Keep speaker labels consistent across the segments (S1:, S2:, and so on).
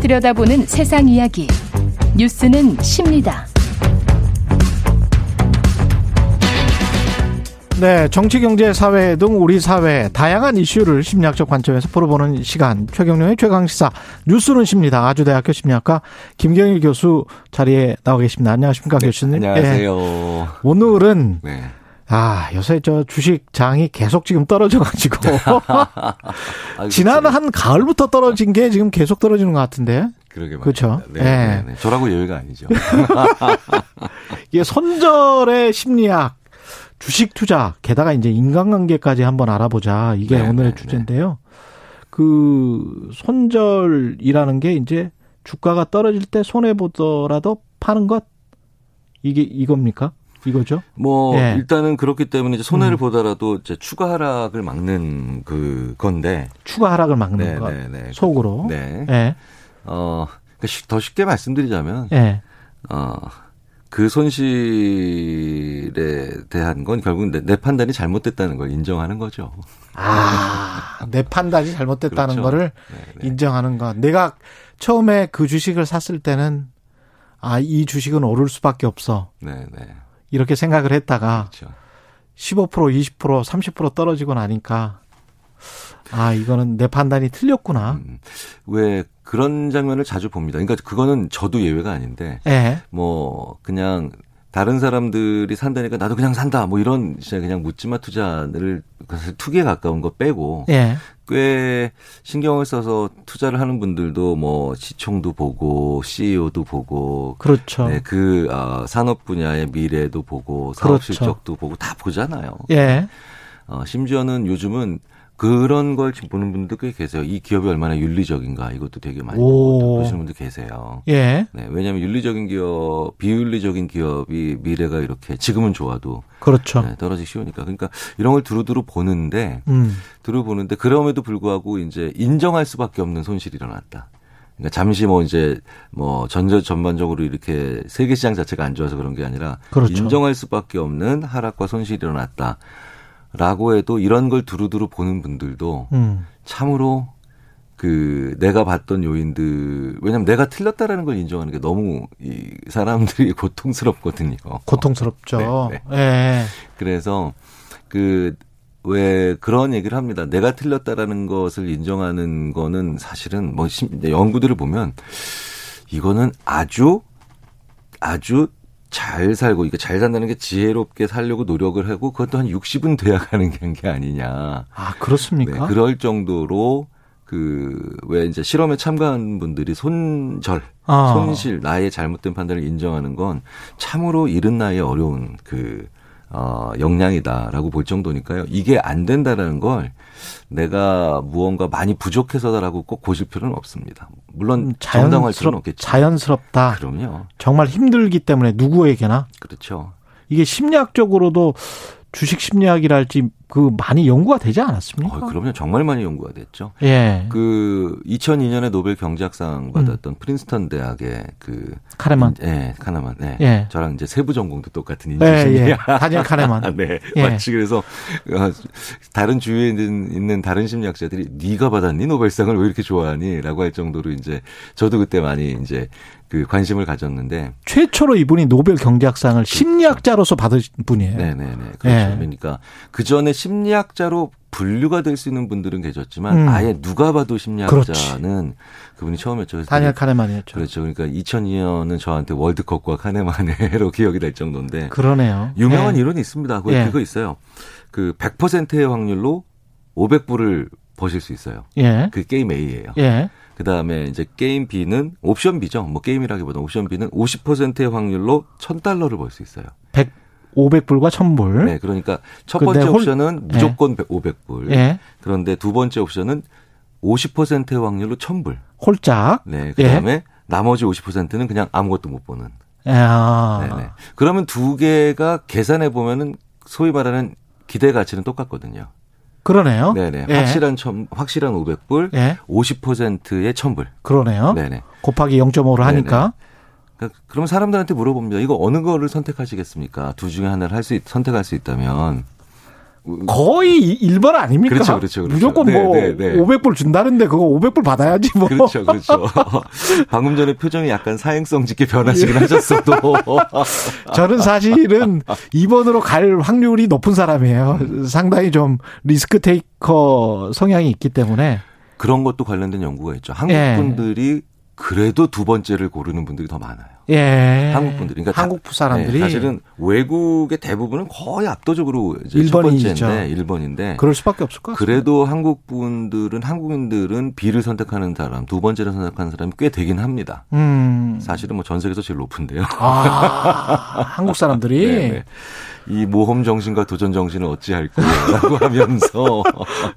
S1: 들여다보는 세상 이야기. 뉴스는 십니다.
S2: 네, 정치, 경제, 사회 등 우리 사회 다양한 이슈를 심리학적 관점에서 풀어보는 시간 최경룡의 최강 시사 뉴스는 십니다. 아주대학교 심리학과 김경일 교수 자리에 나와 계십니다. 안녕하십니까
S3: 네,
S2: 교수님? 예.
S3: 안녕하세요.
S2: 오늘은
S3: 네.
S2: 아 요새 저 주식장이 계속 지금 떨어져가지고
S3: 아, 아이고,
S2: 지난
S3: 제가
S2: 한 가을부터 떨어진 게 지금 계속 떨어지는 것 같은데
S3: 그러게 말입니다.
S2: 그쵸?
S3: 네,
S2: 예.
S3: 네, 네. 저라고 여유가 아니죠.
S2: 이게 손절의 심리학, 주식 투자, 게다가 이제 인간관계까지 한번 알아보자. 이게
S3: 네,
S2: 오늘의
S3: 네,
S2: 주제인데요. 그 손절이라는 게 이제 주가가 떨어질 때 손해 보더라도 파는 것 이게 이겁니까? 이거죠?
S3: 뭐
S2: 예. 음.
S3: 일단은 그렇기 때문에 이제 손해를 보더라도 이제 추가 하락을 막는 그 건데.
S2: 추가 하락을 막는
S3: 네,
S2: 것
S3: 네, 네.
S2: 속으로.
S3: 네.
S2: 예.
S3: 어, 그러니까 쉽- 더 쉽게 말씀드리자면
S2: 예.
S3: 어, 그 손실에 대한 건 결국 내, 내 판단이 잘못됐다는 걸 인정하는 거죠.
S2: 아, 내 판단이 잘못됐다는
S3: 그렇죠.
S2: 거를
S3: 네, 네.
S2: 인정하는 것. 내가 처음에 그 주식을 샀을 때는 아, 이 주식은 오를 수밖에 없어.
S3: 네, 네.
S2: 이렇게 생각을 했다가
S3: 그렇죠.
S2: 15%, 20%, 30% 떨어지고 나니까 아 이거는 내 판단이 틀렸구나.
S3: 음, 왜 그런 장면을 자주 봅니다. 그러니까 그거는 저도 예외가 아닌데
S2: 예.
S3: 뭐 그냥 다른 사람들이 산다니까 나도 그냥 산다 뭐 이런 진짜 그냥 묻지마 투자를 사실 투기에 가까운 거 빼고
S2: 예.
S3: 꽤 신경을 써서 투자를 하는 분들도 뭐 시총도 보고 CEO도 보고
S2: 그렇죠.
S3: 네, 그 어, 산업 분야의 미래도 보고 사업
S2: 그렇죠.
S3: 실적도 보고 다 보잖아요.
S2: 예.
S3: 어, 심지어는 요즘은 그런 걸 지금 보는 분들도 꽤 계세요. 이 기업이 얼마나 윤리적인가 이것도 되게 많이
S2: 오.
S3: 보고 보시는 분들 계세요.
S2: 예.
S3: 네, 왜냐하면 윤리적인 기업, 비윤리적인 기업이 미래가 이렇게 지금은 좋아도
S2: 그렇죠.
S3: 네, 떨어지기 쉬우니까. 그러니까 이런 걸 두루두루 보는데,
S2: 음.
S3: 두루 보는데 그럼에도 불구하고 이제 인정할 수밖에 없는 손실이 일어났다. 그러니까 잠시 뭐 이제 뭐 전전 전반적으로 이렇게 세계 시장 자체가 안 좋아서 그런 게 아니라
S2: 그렇죠.
S3: 인정할 수밖에 없는 하락과 손실이 일어났다. 라고 해도 이런 걸 두루두루 보는 분들도
S2: 음.
S3: 참으로 그 내가 봤던 요인들 왜냐면 내가 틀렸다라는 걸 인정하는 게 너무 이 사람들이 고통스럽거든요.
S2: 고통스럽죠.
S3: 네,
S2: 예.
S3: 그래서 그 왜 그런 얘기를 합니다. 내가 틀렸다라는 것을 인정하는 거는 사실은 뭐 심- 연구들을 보면 이거는 아주 아주 잘 살고 이거 잘 산다는 게 지혜롭게 살려고 노력을 하고 그것도 한 60은 돼야 가는 게 아니냐.
S2: 아 그렇습니까?
S3: 네, 그럴 정도로 그 왜 이제 실험에 참가한 분들이 손절,
S2: 아.
S3: 손실, 나의 잘못된 판단을 인정하는 건 참으로 이른 나이에 어려운 그 어, 역량이다라고 볼 정도니까요. 이게 안 된다라는 걸 내가 무언가 많이 부족해서다라고 꼭 고실 필요는 없습니다. 물론
S2: 음,
S3: 정당할 필요는
S2: 자연스럽
S3: 없겠죠.
S2: 자연스럽다.
S3: 그럼요.
S2: 정말 힘들기 때문에 누구에게나
S3: 그렇죠.
S2: 이게 심리학적으로도 주식 심리학이랄지 그 많이 연구가 되지 않았습니까?
S3: 어, 그럼요. 정말 많이 연구가 됐죠.
S2: 예.
S3: 그 2002년에 노벨
S2: 음.
S3: 경제학상 받았던 프린스턴 대학의 그
S2: 카레만.
S3: 예, 카나만. 예.
S2: 예.
S3: 저랑 이제 세부 전공도 똑같은
S2: 예, 예.
S3: 인재심이야.
S2: 다니엘 카레만.
S3: 네, 아, 네.
S2: 예.
S3: 마치 그래서 어, 다른 주위에 있는, 있는 다른 심리학자들이 네가 받았니 노벨상을 왜 이렇게 좋아하니라고 할 정도로 이제 저도 그때 많이 이제 그 관심을 가졌는데
S2: 최초로 이분이 노벨 경제학상을 심리학자로서 받은 분이에요.
S3: 그 네, 네, 네. 그렇죠.
S2: 예.
S3: 그러니까 그 전에 심리학자로 분류가 될 수 있는 분들은 계셨지만
S2: 음.
S3: 아예 누가 봐도 심리학자는 그분이 처음이었죠.
S2: 다니엘 카네만이었죠.
S3: 그렇죠. 그러니까 2002년은 저한테 월드컵과 카네만의 해로 기억이 될 정도인데
S2: 그러네요.
S3: 유명한
S2: 예.
S3: 이론이 있습니다. 그
S2: 예.
S3: 그거 있어요. 그 100%의 확률로 500불을 버실 수 있어요.
S2: 예.
S3: 그 게임 A예요.
S2: 예.
S3: 그 다음에 이제 게임 B는 옵션 B죠. 뭐 게임이라기보다 옵션 B는 50%의 확률로 1000달러를 벌 수 있어요.
S2: 100, 500불과 1000불.
S3: 네, 그러니까 첫
S2: 근데 홀-
S3: 번째
S2: 네.
S3: 옵션은 무조건 500불.
S2: 예.
S3: 그런데 두 번째 옵션은 50%의 확률로 1000불.
S2: 홀짝.
S3: 네, 그 다음에 나머지 50%는 그냥 아무것도 못 보는.
S2: 예. 아.
S3: 네네. 그러면 두 개가 계산해 보면은 소위 말하는 기대 가치는 똑같거든요.
S2: 그러네요.
S3: 네네.
S2: 예.
S3: 확실한 천, 확실한 500불,
S2: 예. 어?
S3: 50%의 1000불.
S2: 그러네요.
S3: 네네.
S2: 곱하기 0.5로 하니까.
S3: 그러니까 그럼 사람들한테 물어봅니다. 이거 어느 거를 선택하시겠습니까? 두 중에 하나를 할 수, 있- 선택할 수 있다면.
S2: 거의 일반 아닙니까?
S3: 그 그렇죠, 그렇죠, 그렇죠.
S2: 무조건
S3: 네,
S2: 뭐
S3: 네, 네.
S2: 500불 준다는데 그거 500불 받아야지 뭐.
S3: 그렇죠, 그렇죠. 방금 전에 표정이 약간 사행성 짙게
S2: 예.
S3: 변하시긴 하셨어도.
S2: 저는 사실은 2번으로 갈 확률이 높은 사람이에요. 상당히 좀 리스크 테이커 성향이 있기 때문에
S3: 그런 것도 관련된 연구가 있죠. 한국
S2: 예.
S3: 분들이 그래도 두 번째를 고르는 분들이 더 많아요.
S2: 예.
S3: 한국 분들이. 그러니까
S2: 한국 사람들이
S3: 네, 사실은 외국의 대부분은 거의 압도적으로 이제 첫
S2: 일본인이죠. 그렇죠.
S3: 번째인데 일본인데
S2: 그럴 수밖에 없을 것 같아요.
S3: 네. 그래도 한국 분들은 한국인들은 B를 선택하는 사람, 두 번째를 선택하는 사람이 꽤 되긴 합니다.
S2: 음.
S3: 사실은 뭐 전 세계에서 제일 높은데요.
S2: 아, 한국 사람들이
S3: 네, 네. 이 모험 정신과 도전 정신을 어찌할까라고 하면서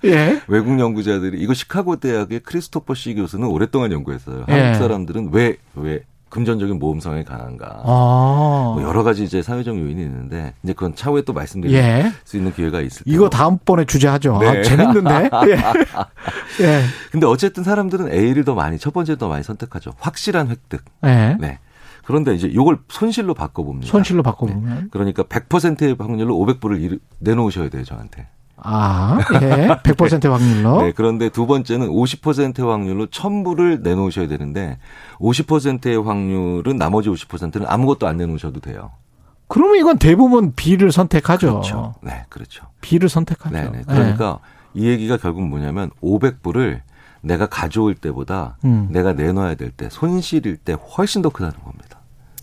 S2: 예.
S3: 외국 연구자들이 이거 시카고 대학의 크리스토퍼 씨 교수는 오랫동안 연구했어요.
S2: 예.
S3: 한국 사람들은 왜 왜 금전적인 모험 성향이 강한가.
S2: 아.
S3: 뭐 여러 가지 이제 사회적 요인이 있는데 이제 그건 차후에 또 말씀드릴
S2: 예.
S3: 수 있는 기회가 있을 텐데.
S2: 이거 다음번에 주제하죠. 아,
S3: 네.
S2: 재밌는데. 예. 예.
S3: 근데 어쨌든 사람들은 A를 더 많이 첫 번째 더 많이 선택하죠. 확실한 획득.
S2: 예.
S3: 네. 그런데 이제 이걸 손실로 바꿔봅니다.
S2: 손실로 바꿔보면.
S3: 그러니까 100%의 확률로 500불을 내놓으셔야 돼요, 저한테.
S2: 아, 예. 100% 확률로.
S3: 네, 그런데 두 번째는 50%의 확률로 1000불을 내놓으셔야 되는데 50%의 확률은 나머지 50%는 아무것도 안 내놓으셔도 돼요.
S2: 그러면 이건 대부분 B를 선택하죠.
S3: 네, 그렇죠.
S2: B를 선택하죠.
S3: 네, 네. 그러니까 이 얘기가 결국 뭐냐면 500불을 내가 가져올 때보다
S2: 음.
S3: 내가 내놔야 될 때 손실일 때 훨씬 더 크다는 겁니다.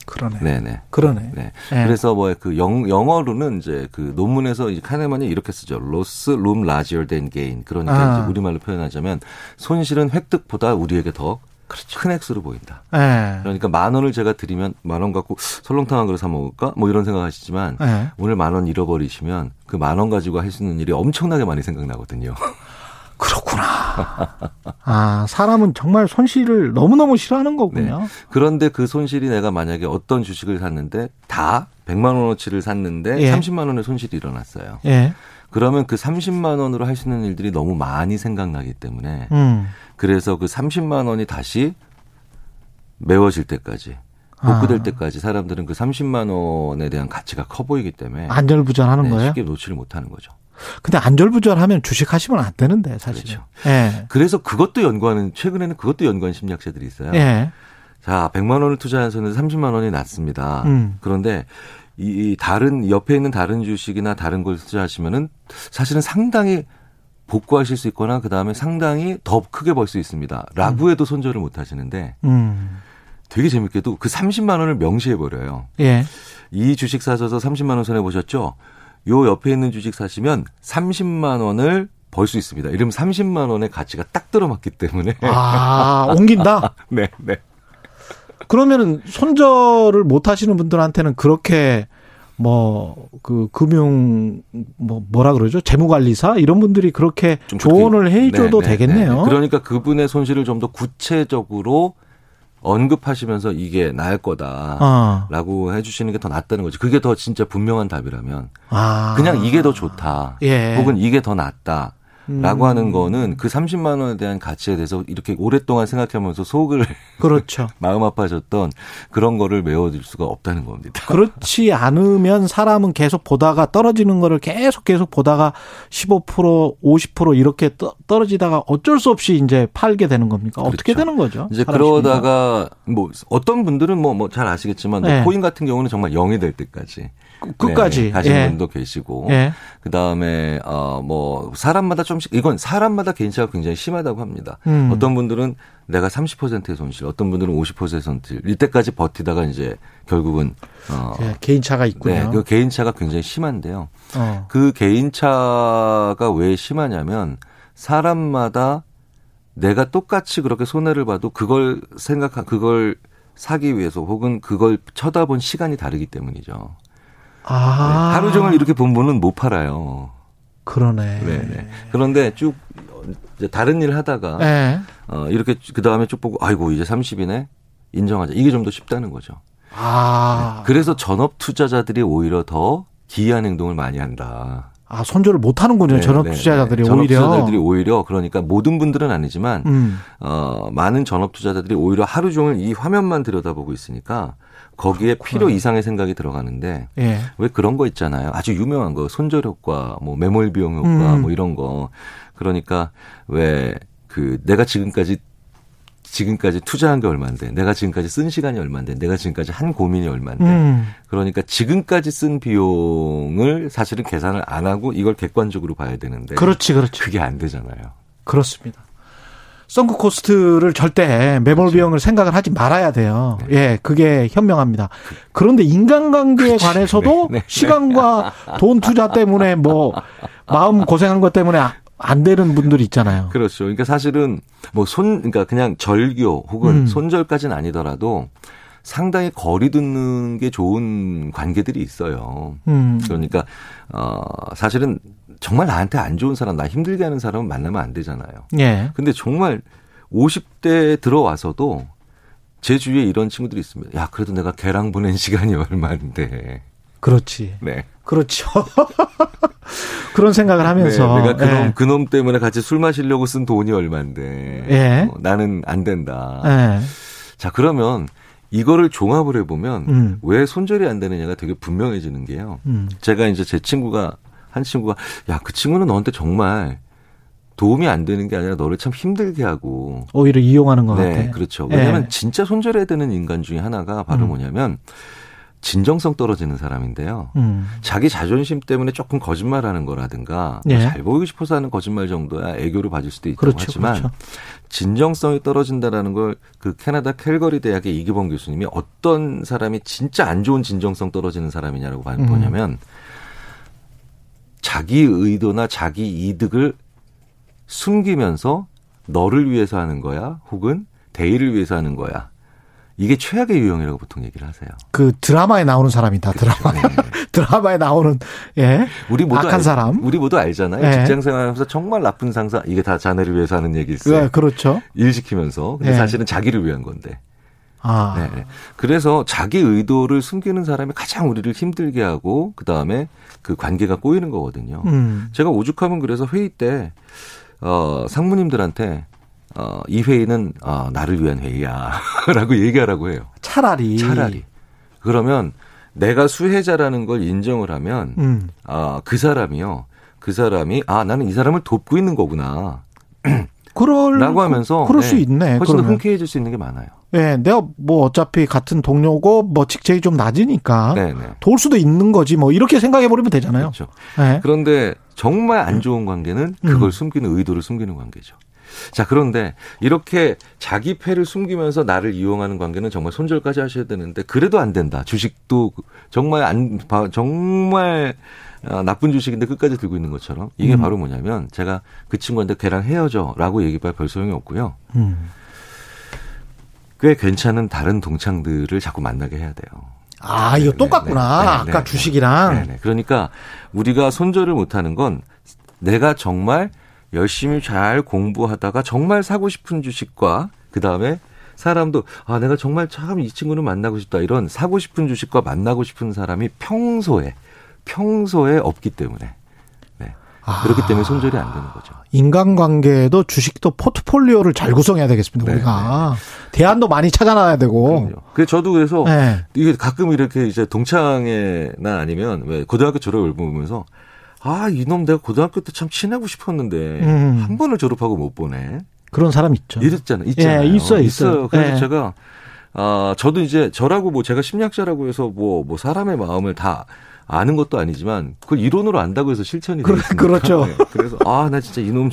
S2: 그러네.
S3: 네, 네.
S2: 그러네.
S3: 네.
S2: 네.
S3: 그래서 뭐 그 영어로는 이제 그 논문에서 이제 카네만이 이렇게 쓰죠. loss room larger than gain. 그러니까
S2: 아.
S3: 이제 우리말로 표현하자면 손실은 획득보다 우리에게 더
S2: 그렇죠.
S3: 큰 액수로 보인다.
S2: 예.
S3: 그러니까 만 원을 제가 드리면 만 원 갖고 설렁탕 한 그릇 사 먹을까? 뭐 이런 생각하시지만
S2: 예.
S3: 오늘 만 원 잃어버리시면 그 만 원 가지고 할 수 있는 일이 엄청나게 많이 생각나거든요.
S2: 그렇구나. 아, 사람은 정말 손실을 너무너무 싫어하는 거군요.
S3: 그런데 그 손실이 내가 만약에 어떤 주식을 샀는데 다 100만 원어치를 샀는데
S2: 예.
S3: 30만 원의 손실이 일어났어요.
S2: 예.
S3: 그러면 그 30만 원으로 할 수 있는 일들이 너무 많이 생각나기 때문에
S2: 음.
S3: 그래서 그 30만 원이 다시 메워질 때까지
S2: 아.
S3: 복구될 때까지 사람들은 그 30만 원에 대한 가치가 커 보이기 때문에
S2: 안절부절하는
S3: 네,
S2: 아, 거예요.
S3: 쉽게 놓지를 못하는 거죠.
S2: 근데 안절부절하면 주식 하시면 안 되는데 사실. 은
S3: 그렇죠.
S2: 예.
S3: 그래서 그것도 연구하는 최근에는 그것도 연구한 심리학자들이 있어요.
S2: 예.
S3: 자, 100만 원을 투자해서는 30만 원이 났습니다.
S2: 음.
S3: 그런데 이, 이 다른 옆에 있는 다른 주식이나 다른 걸 투자하시면은 사실은 상당히 복구하실 수 있거나 그다음에 상당히 더 크게 벌 수 있습니다. 라고 해도 손절을 못 하시는데
S2: 음.
S3: 되게 재밌게도 그 30만 원을 명시해 버려요.
S2: 예.
S3: 이 주식 사셔서 30만 원 손해 보셨죠? 요 옆에 있는 주식 사시면 30만 원을 벌 수 있습니다. 이러면 30만 원의 가치가 딱 들어맞기 때문에
S2: 아, 옮긴다?
S3: 네, 네.
S2: 그러면은 손절을 못 하시는 분들한테는 그렇게 뭐 그 금융 뭐 뭐라 그러죠? 재무 관리사 이런 분들이 그렇게
S3: 좀
S2: 조언을
S3: 그렇게-
S2: 해 줘도
S3: 네, 네,
S2: 되겠네요.
S3: 네, 네. 그러니까 그분의 손실을 좀 더 구체적으로 언급하시면서 이게 나을 거다.
S2: 아.
S3: 라고 해주시는 게 더 낫다는 거지. 그게 더 진짜 분명한 답이라면
S2: 아.
S3: 그냥 이게 더 좋다.
S2: 예.
S3: 혹은 이게 더 낫다. 라고
S2: 음.
S3: 하는 거는 그 30만 원에 대한 가치에 대해서 이렇게 오랫동안 생각하면서 속을
S2: 그렇죠.
S3: 마음 아파졌던 그런 거를 메워줄 수가 없다는 겁니다.
S2: 그렇지 않으면 사람은 계속 보다가 떨어지는 거를 계속 계속 보다가 15% 50% 이렇게 떠- 떨어지다가 어쩔 수 없이 이제 팔게 되는 겁니까? 어떻게
S3: 그렇죠.
S2: 되는 거죠?
S3: 이제
S2: 사람 심리가?
S3: 그러다가 뭐 어떤 분들은 뭐 뭐 잘 아시겠지만 뭐
S2: 네.
S3: 코인 같은 경우는 정말 0이 될 때까지
S2: 끝- 끝까지.
S3: 네, 가시는
S2: 예.
S3: 분도 계시고
S2: 예.
S3: 그다음에 어뭐 사람마다 좀씩 이건 사람마다 개인차가 굉장히 심하다고 합니다.
S2: 음.
S3: 어떤 분들은 내가 30%의 손실, 어떤 분들은 50%의 손실 이때까지 버티다가 이제 결국은 어
S2: 예, 개인차가
S3: 네,
S2: 있군요.
S3: 그 개인차가 굉장히 심한데요.
S2: 어.
S3: 그 개인차가 왜 심하냐면 사람마다 내가 똑같이 그렇게 손해를 봐도 그걸 생각하 그걸 사기 위해서 혹은 그걸 쳐다본 시간이 다르기 때문이죠. 네,
S2: 아.
S3: 하루 종일 이렇게 본 분은 못 팔아요.
S2: 그러네.
S3: 네, 네. 그런데 쭉 이제 다른 일 하다가
S2: 예.
S3: 어, 이렇게 그 다음에 쭉 보고 아이고 이제 30이네 인정하자 이게 좀 더 쉽다는 거죠.
S2: 아.
S3: 그래서 전업 투자자들이 오히려 더 기이한 행동을 많이 한다. 네,
S2: 아 손절을 못 하는군요. 전업 투자자들이
S3: 전업
S2: 오히려.
S3: 투자자들이 오히려 그러니까 모든 분들은 아니지만
S2: 음.
S3: 어, 많은 전업 투자자들이 오히려 하루 종일 이 화면만 들여다보고 있으니까 거기에 필요 이상의 생각이 들어가는데
S2: 예.
S3: 왜 그런 거 있잖아요. 아주 유명한 거 손절 효과, 뭐 매몰 비용 효과,
S2: 음.
S3: 뭐 이런 거. 그러니까 왜 그 내가 지금까지 지금까지 투자한 게 얼마인데, 내가 지금까지 쓴 시간이 얼마인데, 내가 지금까지 한 고민이 얼마인데.
S2: 음.
S3: 그러니까 지금까지 쓴 비용을 사실은 계산을 안 하고 이걸 객관적으로 봐야 되는데
S2: 그렇지, 그렇지.
S3: 그게 안 되잖아요.
S2: 그렇습니다. 선크 코스트를 절대 매몰
S3: 그렇죠.
S2: 비용을 생각을 하지 말아야 돼요.
S3: 네.
S2: 예, 그게 현명합니다. 그런데 인간관계에 관해서도
S3: 네, 네.
S2: 시간과 돈 투자 때문에 뭐 마음 고생한 것 때문에 아- 안 되는 분들이 있잖아요.
S3: 그렇죠. 그러니까 사실은 뭐 손 그러니까 그냥 절교 혹은
S2: 음.
S3: 손절까지는 아니더라도 상당히 거리 두는 게 좋은 관계들이 있어요.
S2: 음,
S3: 그러니까 어 사실은 정말 나한테 안 좋은 사람, 나 힘들게 하는 사람은 만나면 안 되잖아요.
S2: 예,
S3: 근데 정말 50대에 들어와서도 제 주위에 이런 친구들이 있습니다. 야, 그래도 내가 걔랑 보낸 시간이 얼마인데.
S2: 그렇지,
S3: 네.
S2: 그렇죠. 그런 생각을 하면서
S3: 네, 내가 그놈,
S2: 예,
S3: 그놈 때문에 같이 술 마시려고 쓴 돈이 얼만데.
S2: 예.
S3: 어, 나는 안 된다.
S2: 예,
S3: 자, 그러면 이거를 종합을 해보면
S2: 음.
S3: 왜 손절이 안 되느냐가 되게 분명해지는 게요.
S2: 음,
S3: 제가 이제 제 친구가, 한 친구가, 야, 그 친구는 너한테 정말 도움이 안 되는 게 아니라 너를 참 힘들게 하고.
S2: 오히려 이용하는 것
S3: 네,
S2: 같아.
S3: 그렇죠.
S2: 예. 음.
S3: 왜냐면 진짜 손절해야 되는 인간 중에 하나가 바로 뭐냐면 진정성 떨어지는 사람인데요.
S2: 음,
S3: 자기 자존심 때문에 조금 거짓말하는 거라든가
S2: 예.
S3: 잘 보이고 싶어서 하는 거짓말 정도야 애교를 봐줄 수도 있다고
S2: 그렇죠,
S3: 하지만
S2: 그렇죠.
S3: 진정성이 떨어진다라는 걸 그 캐나다 캘거리 대학의 이기범 교수님이 어떤 사람이 진짜 안 좋은 진정성 떨어지는 사람이냐라고 봐-
S2: 음.
S3: 보냐면 자기 의도나 자기 이득을 숨기면서 너를 위해서 하는 거야 혹은 대의를 위해서 하는 거야 이게 최악의 유형이라고 보통 얘기를 하세요.
S2: 그 드라마에 나오는 사람이다. 드라마,
S3: 네.
S2: 드라마에 나오는 예,
S3: 우리 모두
S2: 악한
S3: 알-
S2: 사람.
S3: 우리 모두 알잖아요.
S2: 예.
S3: 직장 생활하면서 정말 나쁜 상사 이게 다 자네를 위해서 하는
S2: 예,
S3: 얘기일세.
S2: 그렇죠.
S3: 일 시키면서 근데
S2: 예.
S3: 사실은 자기를 위한 건데.
S2: 아,
S3: 네, 네. 그래서 자기 의도를 숨기는 사람이 가장 우리를 힘들게 하고 그 다음에 그 관계가 꼬이는 거거든요.
S2: 음,
S3: 제가 오죽하면 그래서 회의 때 어, 상무님들한테 어, 이 회의는 어, 나를 위한 회의야라고 얘기하라고 해요.
S2: 차라리
S3: 차라리 그러면 내가 수혜자라는 걸 인정을 하면
S2: 음,
S3: 아, 그 사람이요. 그 사람이 아, 나는 이 사람을 돕고 있는 거구나.
S2: 그럴
S3: 라고 하면서
S2: 그럴
S3: 네,
S2: 수 있네.
S3: 훨씬 더
S2: 그러면
S3: 흔쾌해질 수 있는 게 많아요.
S2: 예, 내가 뭐 어차피 같은 동료고 뭐 직책이 좀 낮으니까
S3: 네, 네.
S2: 도울 수도 있는 거지 뭐 이렇게 생각해 버리면 되잖아요.
S3: 그렇죠.
S2: 예.
S3: 그런데 정말 안 좋은 관계는
S2: 음.
S3: 그걸 숨기는 의도를 숨기는 관계죠. 자, 그런데 이렇게 자기 패를 숨기면서 나를 이용하는 관계는 정말 손절까지 하셔야 되는데 그래도 안 된다. 주식도 정말 안 바- 정말 아, 나쁜 주식인데 끝까지 들고 있는 것처럼
S2: 음.
S3: 이게 바로 뭐냐면 제가 그 친구한테 걔랑 헤어져라고 얘기해봐야 별 소용이 없고요.
S2: 음.
S3: 꽤 괜찮은 다른 동창들을 자꾸 만나게 해야 돼요.
S2: 아, 이거
S3: 네,
S2: 똑같구나.
S3: 네, 네,
S2: 아까
S3: 네,
S2: 주식이랑
S3: 네네. 그러니까 우리가 손절을 못하는 건 내가 정말 열심히 잘 공부하다가 정말 사고 싶은 주식과 그 다음에 사람도 아 내가 정말 참 이 친구는 만나고 싶다 이런 사고 싶은 주식과 만나고 싶은 사람이 평소에 평소에 없기 때문에 네. 그렇기 때문에 손절이 안 되는 거죠.
S2: 인간관계도 주식도 포트폴리오를 잘 구성해야 되겠습니다.
S3: 네,
S2: 우리가 대안도 많이 찾아놔야 되고.
S3: 그 저도 그래서
S2: 예.
S3: 이게 가끔 이렇게 이제 동창회나 아니면 왜 고등학교 졸업을 보면서 아 이놈 내가 고등학교 때 참 친하고 싶었는데
S2: 음.
S3: 한 번을 졸업하고 못 보네
S2: 그런 사람 있죠.
S3: 이랬잖아 있잖아요
S2: 어. 예, 있어요, 있어요.
S3: 그래서
S2: 예.
S3: 제가 아 저도 이제 저라고 뭐 제가 심리학자라고 해서 뭐 뭐 사람의 마음을 다 아는 것도 아니지만 그걸 이론으로 안다고 해서 실천이
S2: 그러-
S3: 되는 니
S2: 그렇죠.
S3: 그래서 아 나 진짜 이놈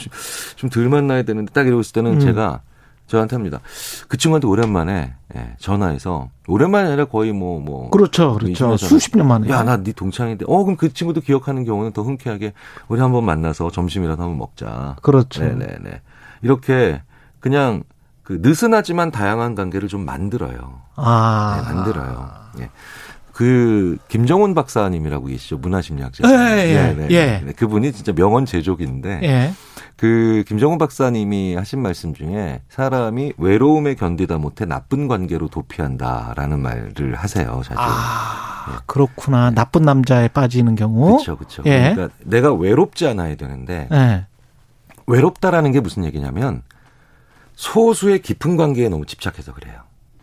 S3: 좀덜 만나야 되는데 딱 이러고 있을 때는
S2: 음.
S3: 제가 저한테 합니다. 그 친구한테 오랜만에 예, 전화해서 오랜만이 아니라 거의 뭐뭐
S2: 그렇죠. 그렇죠.
S3: 이중에서는.
S2: 수십 년 만에.
S3: 뭐 야, 나 네 동창인데. 어, 그럼 그 친구도 기억하는 경우는 더 흔쾌하게 우리 한번 만나서 점심이라도 한번 먹자.
S2: 그렇죠.
S3: 네네네. 이렇게 그냥 그 느슨하지만 다양한 관계를 좀 만들어요. 네,
S2: 아.
S3: 만들어요. 예. 그 김정훈 박사님이라고 계시죠 문화심리학자.
S2: 예, 예, 예. 예.
S3: 네, 그분이 진짜 명언 제조기인데
S2: 예.
S3: 그 김정훈 박사님이 하신 말씀 중에 사람이 외로움에 견디다 못해 나쁜 관계로 도피한다라는 말을 하세요. 자주.
S2: 아. 아, 그렇구나. 나쁜 남자에 빠지는 경우.
S3: 그렇죠, 그렇죠.
S2: 예.
S3: 그러니까 내가 외롭지 않아야 되는데
S2: 예.
S3: 외롭다라는 게 무슨 얘기냐면 소수의 깊은 관계에 너무 집착해서 그래요.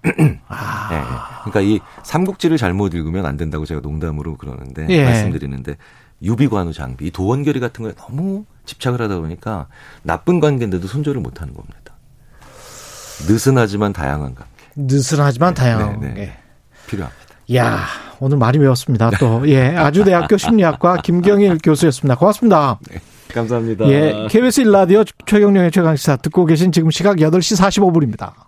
S2: 아,
S3: 예, 예. 그러니까 이 삼국지를 잘못 읽으면 안 된다고 제가 농담으로 그러는데
S2: 예.
S3: 말씀드리는데 유비관우 장비, 이 도원결이 같은 거에 너무 집착을 하다 보니까 나쁜 관계인데도 손절을 못 하는 겁니다. 느슨하지만 다양한 관계
S2: 느슨하지만 다양한
S3: 네, 네.
S2: 게.
S3: 필요합니다.
S2: 야 오늘 많이 배웠습니다. 또, 예. 아주대학교 심리학과 김경일 교수였습니다. 고맙습니다.
S3: 네, 감사합니다.
S2: 예. KBS 1라디오 최경령의 최강시사 듣고 계신 지금 시각 8시 45분입니다.